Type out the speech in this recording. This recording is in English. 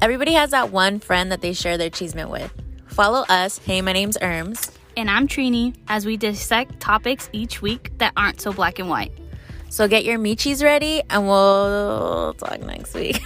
Everybody has that one friend that they share their cheesemint with. Follow us. Hey, my name's Erms. And I'm Trini as we dissect topics each week that aren't so black and white. So get your Michis ready and we'll talk next week.